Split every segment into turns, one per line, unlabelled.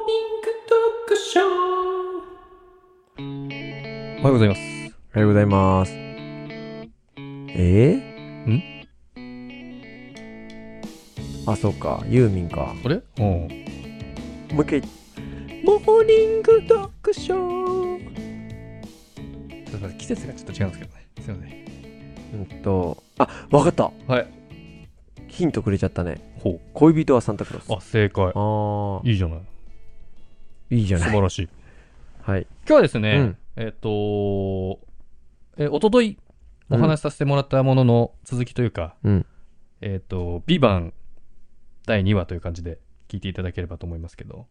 読書
おはようございます。
おはようございますえー、あそうかユーミンか
あれうん。
もう一回モーニング読書う
ちょっと待って季節がちょっと違うんですけどね。すいません。
んとあわかった
はい
ヒントくれちゃったね
ほ
恋人はサンタクロース
う。あ、正解。
あー
いいじゃない。
いいじゃ
素
ない
晴 らしい。
はい
今日はですね、
うん
えっ、とえー、おとといお話しさせてもらったものの続きというか、
うん
えっ、と、ビバン第2話という感じで聞いていただければと思いますけど。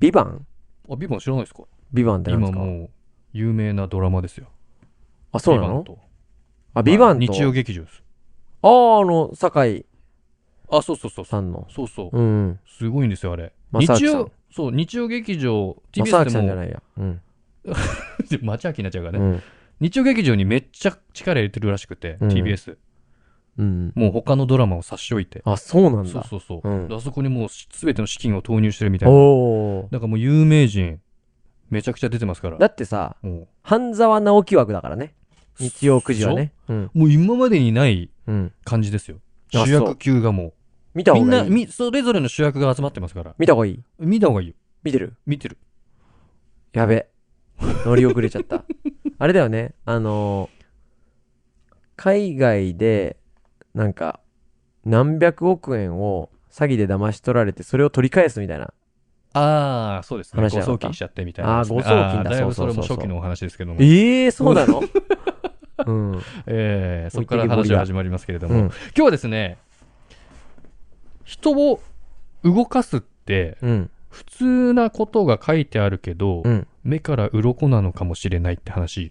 ビバン
あ、ビバン知らないですか
ビバンってなんです
今
か
もう有名なドラマですよ。
あそうな
ビバン
の
と。
あビバン
まあ
と
日曜劇場です。
あああの酒井
あ、そうそうそうそう。
さんの
そうそう。
うん
すごいんですよ、あれ。
正明さん
日曜、そう、日曜劇場、
正
TBS
明さんじ
で
ゃ
も、
ないやうん
町秋になっちゃうから
う
ね、
ん
日曜劇場にめっちゃ力入れてるらしくて、
うん
TBS。
うん
もう他のドラマを差し置いて。
あそうなん
そう
だ
そうそう。
うん
であそこにもうすべての資金を投入してるみたいな。
おお
だからもう有名人、めちゃくちゃ出てますから。
だってさ
も
半沢直樹枠だからね日曜9時はねうん
うもう今までにない
うん
感じですよ。
あ
主役級がも
見た
う。み
方
ん
がい
な、
い
み、それぞれの主役が集まってますから。
見た方がいい
見た方がいいよ。
見てる
見てる。
やべ乗り遅れちゃった あれだよねあのー海外でなんか何百億円を詐欺で騙し取られてそれを取り返すみたいな
ああ、そうですね。
話じ
誤
ゃなかっ
送
た
金しちゃってみたいなですね、
あー誤送金だ
あーだいぶ
そ
そ
そう
うれ
そうそう
も初期のお話ですけども。
ええそうなの うん
ええそこから
置いてけぼり
話
だ
が始まりますけれど
う
も、
ん
今日はですね、人を動かすって、
うん
普通なことが書いてあるけど、
うん
目から鱗なのかもしれないって話。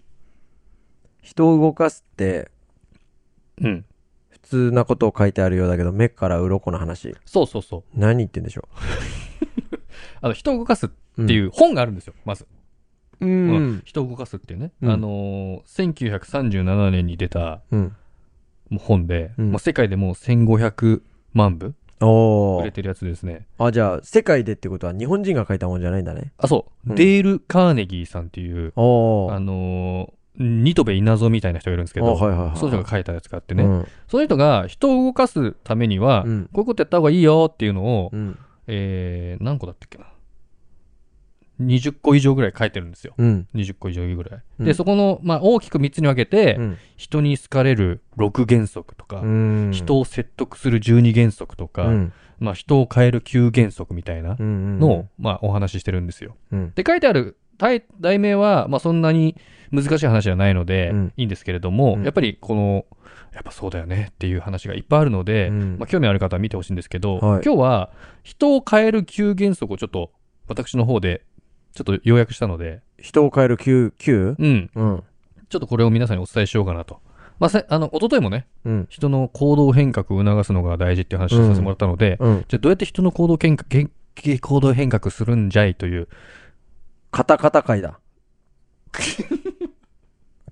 人を動かすって
うん。
普通なことを書いてあるようだけど目から鱗の話
そうそうそう。
何言ってんでしょ
あの、人を動かすっ
うって
いうう本があるんですよ、まず。
う
うんん人を動かすっていうね。
うん
あのー、1937年に出た
うん
本で、
うん
まあ、世界でもう1500万部
お
売
ー
れてるやつですね。
あじゃあ世界でってことは日本人が書いたもんじゃないんだね
あ、そう、
うん
デール・カーネギーさんっていう、
おー
あのー、ニトベ稲造みたいな人がいるんですけ
あ
ど、
はいはいはい
その人が書いたやつがあってね、
うん
その人が人を動かすためには、
うん
こういうことやった方がいいよっていうのを、
うん
えー、何個だったっけな。20個以上ぐらい書いてるんですよ。
うん
20個以上ぐらい。
うん
で、そこの、まあ、大きく3つに分けて、
うん
人に好かれる6原則とか、
うん
人を説得する12原則とか、
うん
まあ、人を変える9原則みたいな
うんうん
のを、まあ、お話ししてるんですよ。
うん
で、書いてある題題名は、まあ、そんなに難しい話じゃないので、
うん
いいんですけれども、
うん
やっぱりこの、やっぱそうだよねっていう話がいっぱいあるので、
うん
まあ、興味ある方は見てほしいんですけど、
はい
今日は人を変える9原則をちょっと私の方でちょっと要約したので、
人を変える 9?9?
うん、
うん
ちょっとこれを皆さんにお伝えしようかなと。まあ、せあの、一昨日もね、
うん
人の行動変革を促すのが大事っていう話をさせてもらったので、
うん
じゃあどうやって人の行動変革、変行動変革するんじゃいという、
カタカタ会 だ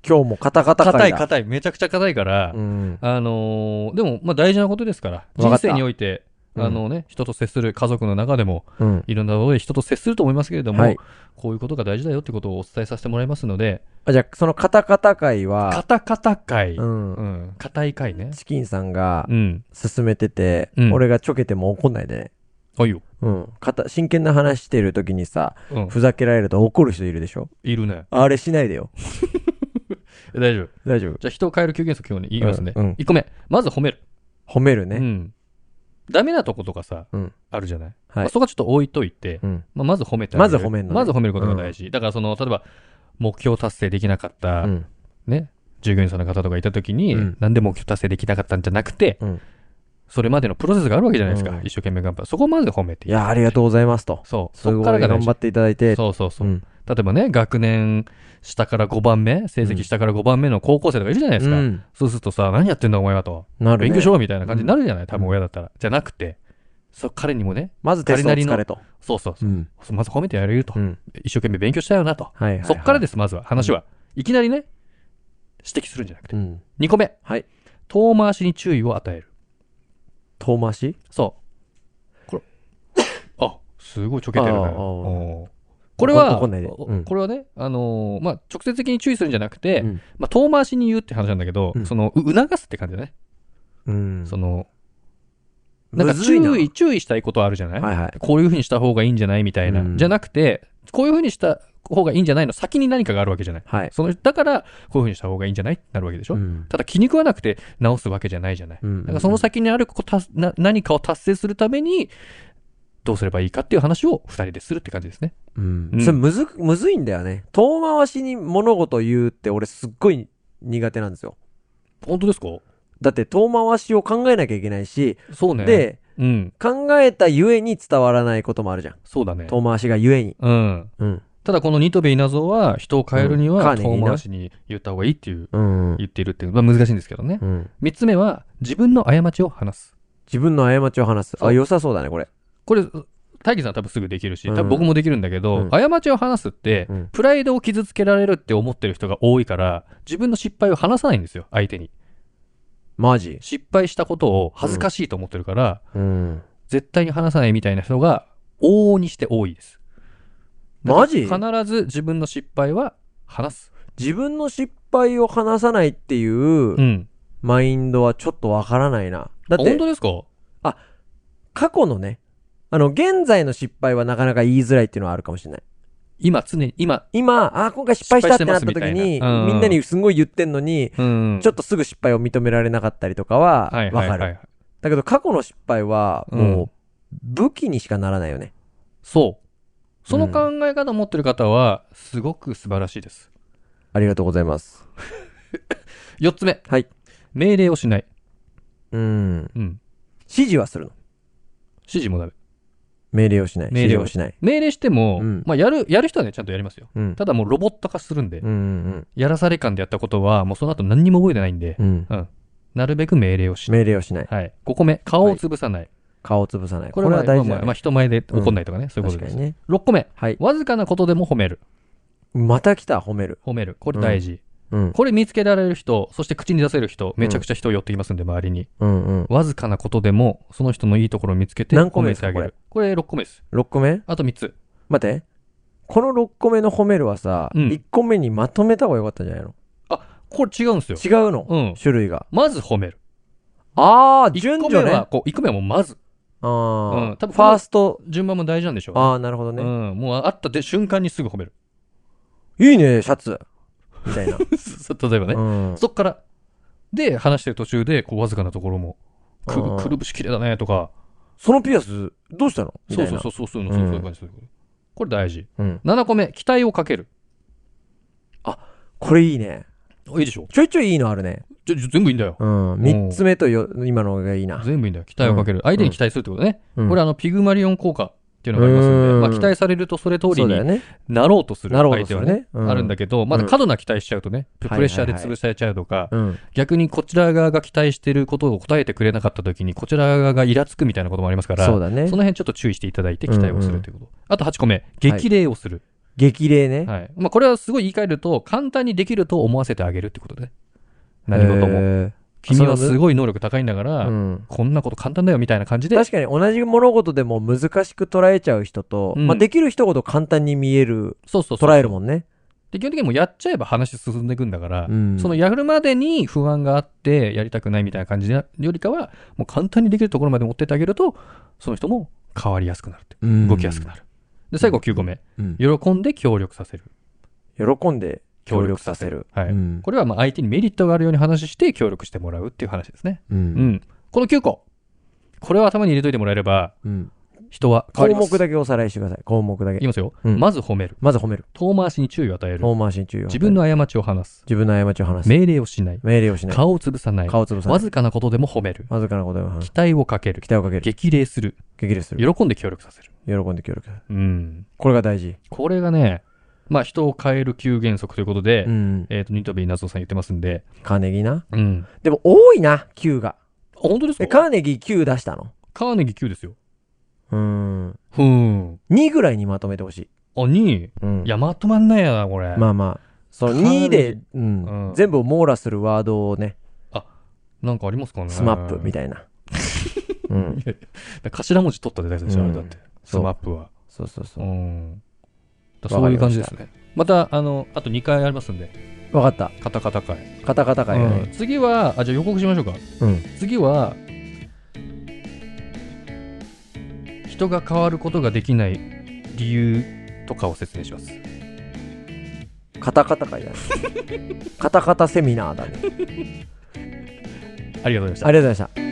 今日もカタカタ
硬
会
い
だ
硬い、めちゃくちゃ硬いから、
うん
あのーでも、まあ大事なことですから、
わか
人
った
生において、
うん
あのね、人と接する、家族の中でも、
うん
いろんなところで人と接すると思いますけれども、
はい
こういうことが大事だよってことをお伝えさせてもらいますので、
あじゃあそのカタカタ会
カ
は
タカタ会、
う
うんん、硬い会ね。
チキンさんが
うん。
進めてて
うん
俺がちょけても怒んないでね
あ、いいよ。
うんかた真剣な話してる時にさ
うん。
ふざけられると怒る人いるでしょ
いるね。
あれしないでよ
え大丈夫。
大丈夫
じゃあ人を変える9原則をね、言いますね。
うんうん
1個目。まず褒める。
褒めるね、
うん。ダメなとことかさ、
うん
あるじゃない、
はい
まあそこはちょっと置いといて、
うん
まあ、まず褒めてあげる
まず褒めんのね
まず褒めることが大事。だからその、例えば、目標達成できなかった、
うん
ね、従業員さんの方とかいたときに、
うん
なんで目標達成できなかったんじゃなくて、
うん
それまでのプロセスがあるわけじゃないですか。
うん
一生懸命頑張る。そこをまず褒めて
いやありがとうございますと
う。そう。
す
そ
ご
こ
い
からが
頑
大事
張っていただいて
そうそうそうう。
ん
例えばね、学年下から5番目、成績下から5番目の高校生とかいるじゃないですか。
うん
そうするとさ、何やってんだお前はと。
なる、ね、
勉強しろみたいな感じになるじゃない、多分親だったら。じゃなくて、そ彼にもね、
まずテストを疲れと
そうそうそうう、
ん、
まず褒めてやれると、
うん、
一生懸命勉強したよなと。
はいはい、はい、
そっから
で、
です、まずは、話は。いきなりね、指摘するんじゃなくて
う。ん、
2個目。
はい。
遠回しに注意を与える。
遠回し
そう。これ。あ、すごいちょけてるね。
ああああ
うんこれは、
怒んないで
お
うん
これはね、あのーまあ、直接的に注意するんじゃなくて、
うん
まあ、遠回しに言うって話なんだけど、
うん
その、う促すって感じだね。
うん。
その、なん
む
か
ずいな
注意、注意したいことあるじゃない、
はいはい。
こういうふうにした方がいいんじゃないみたいな、
うん
じゃなくて、こういうふうにした方がいいんじゃないの先に何かがあるわけじゃない。
はい。
そのだから、こういうふうにした方がいいんじゃないってなるわけでしょ、
うん
ただ気に食わなくて直すわけじゃないじゃない。
うん
だからその先にあることたな何かを達成するために、どうすればいいかっていう話を二人でするって感じですね。
うん
うん
それむずく、むずいんだよね。遠回しに物事を言うって俺すっごい苦手なんですよ。
本当ですか
だって遠回しを考えなきゃいけないし、
そうね。、
で、
うん、
考えたゆえに伝わらないこともあるじゃん。
そうだね。
遠回しがゆえに。
うん。
うん。
ただこのニトベイナゾは、人を変えるに
うんカー
は
ネギー
遠
な
回しに言った方がいいっていう、
うん。
言っているっていう、まあ難しいんですけどね。
うん。
三つ目は、自分の過ちを話す。
自分の過ちを話す。
そ
あ、
う
良さそうだね、これ。
これ、大輝さん多分すぐできるし、
うん
多分僕もできるんだ
う
け
ん
ど、過ちを話すって
うん、
プライドを傷つけられるって思ってる人が多いから、自分の失敗を話さないんですよ、相手に。
マジ。
失敗したことを恥ずかしいと思ってるから、
うん。
絶対に話さないみたいな人が、往々にして多いです。
マジ
必ず自分の失敗は話す。
自分の失敗を話さないっていう、
うん。
マインドはちょっとわからないな。だ
あ
って
本、当ですか
過去のね、あの、現在の失敗はなかなか言いづらいっていうのはあるかもしれない。
今、常に、今、
今、あー今回失敗したってなった時
失敗してます
に、
みたいなうん
みんなにすんごい言ってんのに、
うん
ちょっとすぐ失敗を認められなかったりとかは、
はい
わ
はい
か
はい
る。だけど過去の失敗は、
うん
もう、武器にしかならないよね。
そう。その考え方を持ってる方は、すごく素晴らしいです。
ありがとうございます。
四つ目。
はい。
命令をしない。
うん。
うん。
指示はするの。
指示もダメ。
命令をしない。
命
指
令
示
を
をしない。
命令しても、
うん
まあ、やる、やる人はね、ちゃんとやりますよ。
うん。
ただもうロボット化するんで、
うんうん
やらされ感でやったことは、もうその後何にも覚えてないんで、
うん。うん。
なるべく命令をしない。
命令をしない。
はい。5個目、顔を潰さない。
顔を潰さない。こ
これ
れ
は
は
大
大
事
事
まあ
だ
ま
ね。
あ人前で怒んないとかね、そういうこ
確
と
か
です。
にね。
6個目、
はい。
わずかなことでも褒める。
また来た、褒める。
褒める。これ大事。
うん。
これ見つけられる人、そして口に出せる人、めちゃくちゃ人寄ってきますんで、周りに。
うんうん。
わずかなことでも、その人のいいところを見つけて、
何個
褒
目
め
です
て
か
あげる。これ6個目です。
6個目
あと3つ。
待って。この6個目の褒めるはさ、
うん
1個目にまとめた方が良かったんじゃないの
これ違うんですよ。
違うの、
うん。
種類が。
まず褒める。
ああ、
1
順
個
序
目
ね。
は、
あ
こう、1個目はもうまず。
あー、
うん多分
ファースト。
順番も大事なんでしょうね。
ああ、なるほどね、
うん。もう会ったで瞬間にすぐ褒める。
いいね、シャツ。み たいな。
例えばね。
うん。
そっから。で、話してる途中で、こう、わずかなところも、く
あ
る、
ー
くるぶし綺麗だね、とか。
そのピアス、どうしたのみた
そう
い
そう
な。
そうう、そうそういう
う
の、
ん
そうそういう感じ。そういう感じこれ大事。
そう。ん。
7個目、期待をかける。
これいいね。
あいいでしょ
ちょいちょいいいのあるね。
ちょ、ちょ全部いいんだよ。
うん。3つ目とよ今のがいいな。
全部いいんだよ。期待をかける。相手に期待するってことね。
うん
これ、あの、ピグマリオン効果っていうのがありますんで、
うん
まあ、期待されるとそれ通
そ
り
うだよ
に
ね。
なろうとする
なるほ
相
ど、
手
そ
は
れ
ね。
ね。うん
あるんだけど、まだ過度な期待しちゃうとね、
ん
プレッシャーで潰されちゃうとか、
うん。
逆にこちら側が期待してることを答えてくれなかった時に、こちら側がイラつくみたいなこともありますから、
そうだね
そ。の辺ちょっと注意していただいて期待をするということ。あと8個目、激励をする。
激励ね。
はい。まあ、これはすごい言い換えると、簡単にできると思わせてあげるってことで。何事も。
え
君はすごい能力高いんだから、
ーうん。
こんなこと簡単だよみたいな感じで、
確かに同じ物事でも難しく捉えちゃう人と、
うん
まあ、できる人ほど簡単に見える、
そうそうそう。
捉えるもんね。
で、基本的にもうやっちゃえば話進んでいくんだから、
うん
そのやるまでに不安があって、やりたくないみたいな感じよりかは、もう簡単にできるところまで持ってってあげると、その人も変わりやすくなるって。動きやすくなる。で、最後9個目。
うん
喜んで協力させる。
喜んで協力させる。
はい。
うん
これはまあ相手にメリットがあるように話して協力してもらうっていう話ですね。
う
うんん。この9個。これを頭に入れといてもらえれば、
うん
人は変わ
項
ります。
目だけおさらいしてください。項目だ
い
け
き。ますよ。
うん
まず褒める。
まず褒める。
遠回しに注意を与える。
遠回しに注意を。
自分、の過ちを話す。
自分の過ちを話す。
命令をしない。
命令をしない。
顔を潰さない。
顔を潰さな
わ
い。
ずかなことでも褒める。
わずかなことを話
期
す。
待をかける
期。待をかける。
激励する。
激励する。
喜んで協力させる。
喜んで協力する。
うん。
これが大事。
これがね、まあ人を変える9原則ということで、
うん。
えっ、と、ニトビーナゾさん言ってますんで、
カーネギーな。
うん。
でも多いな、9が。
あ本当です
え、
か
カーネギー9出したの
カーネギー9ですよ。
うーん。
ふーん。
2ぐらいにまとめてほしい。
あ、2位。
うん
い。や、まとまんないやな、これ。
まあまあ。その
カーネギ
2
ー
で、うん
うん
全部を網羅するワードをね、
なんかありますかね。
スマップみたいな。うん。
いな。頭文字取ったって大事でしょ、あれだって。ス
そう
マップは。
そうそうそうう。
ん。だ
わ
そ
か
うい
り
う
ま
感
し
じ
た
ですね。また、あの、あと2回ありますんで、
わかった。
カタカタ回。
カタカタ会が
うん
ね。
次は、あ、じゃあ予告しましょうか。
うん。
次は、人が変わることができない理由とかを説明します。
カタカタ会だね。カタカタセミナーだね。
ありがとうございました
あ。りがとうございました。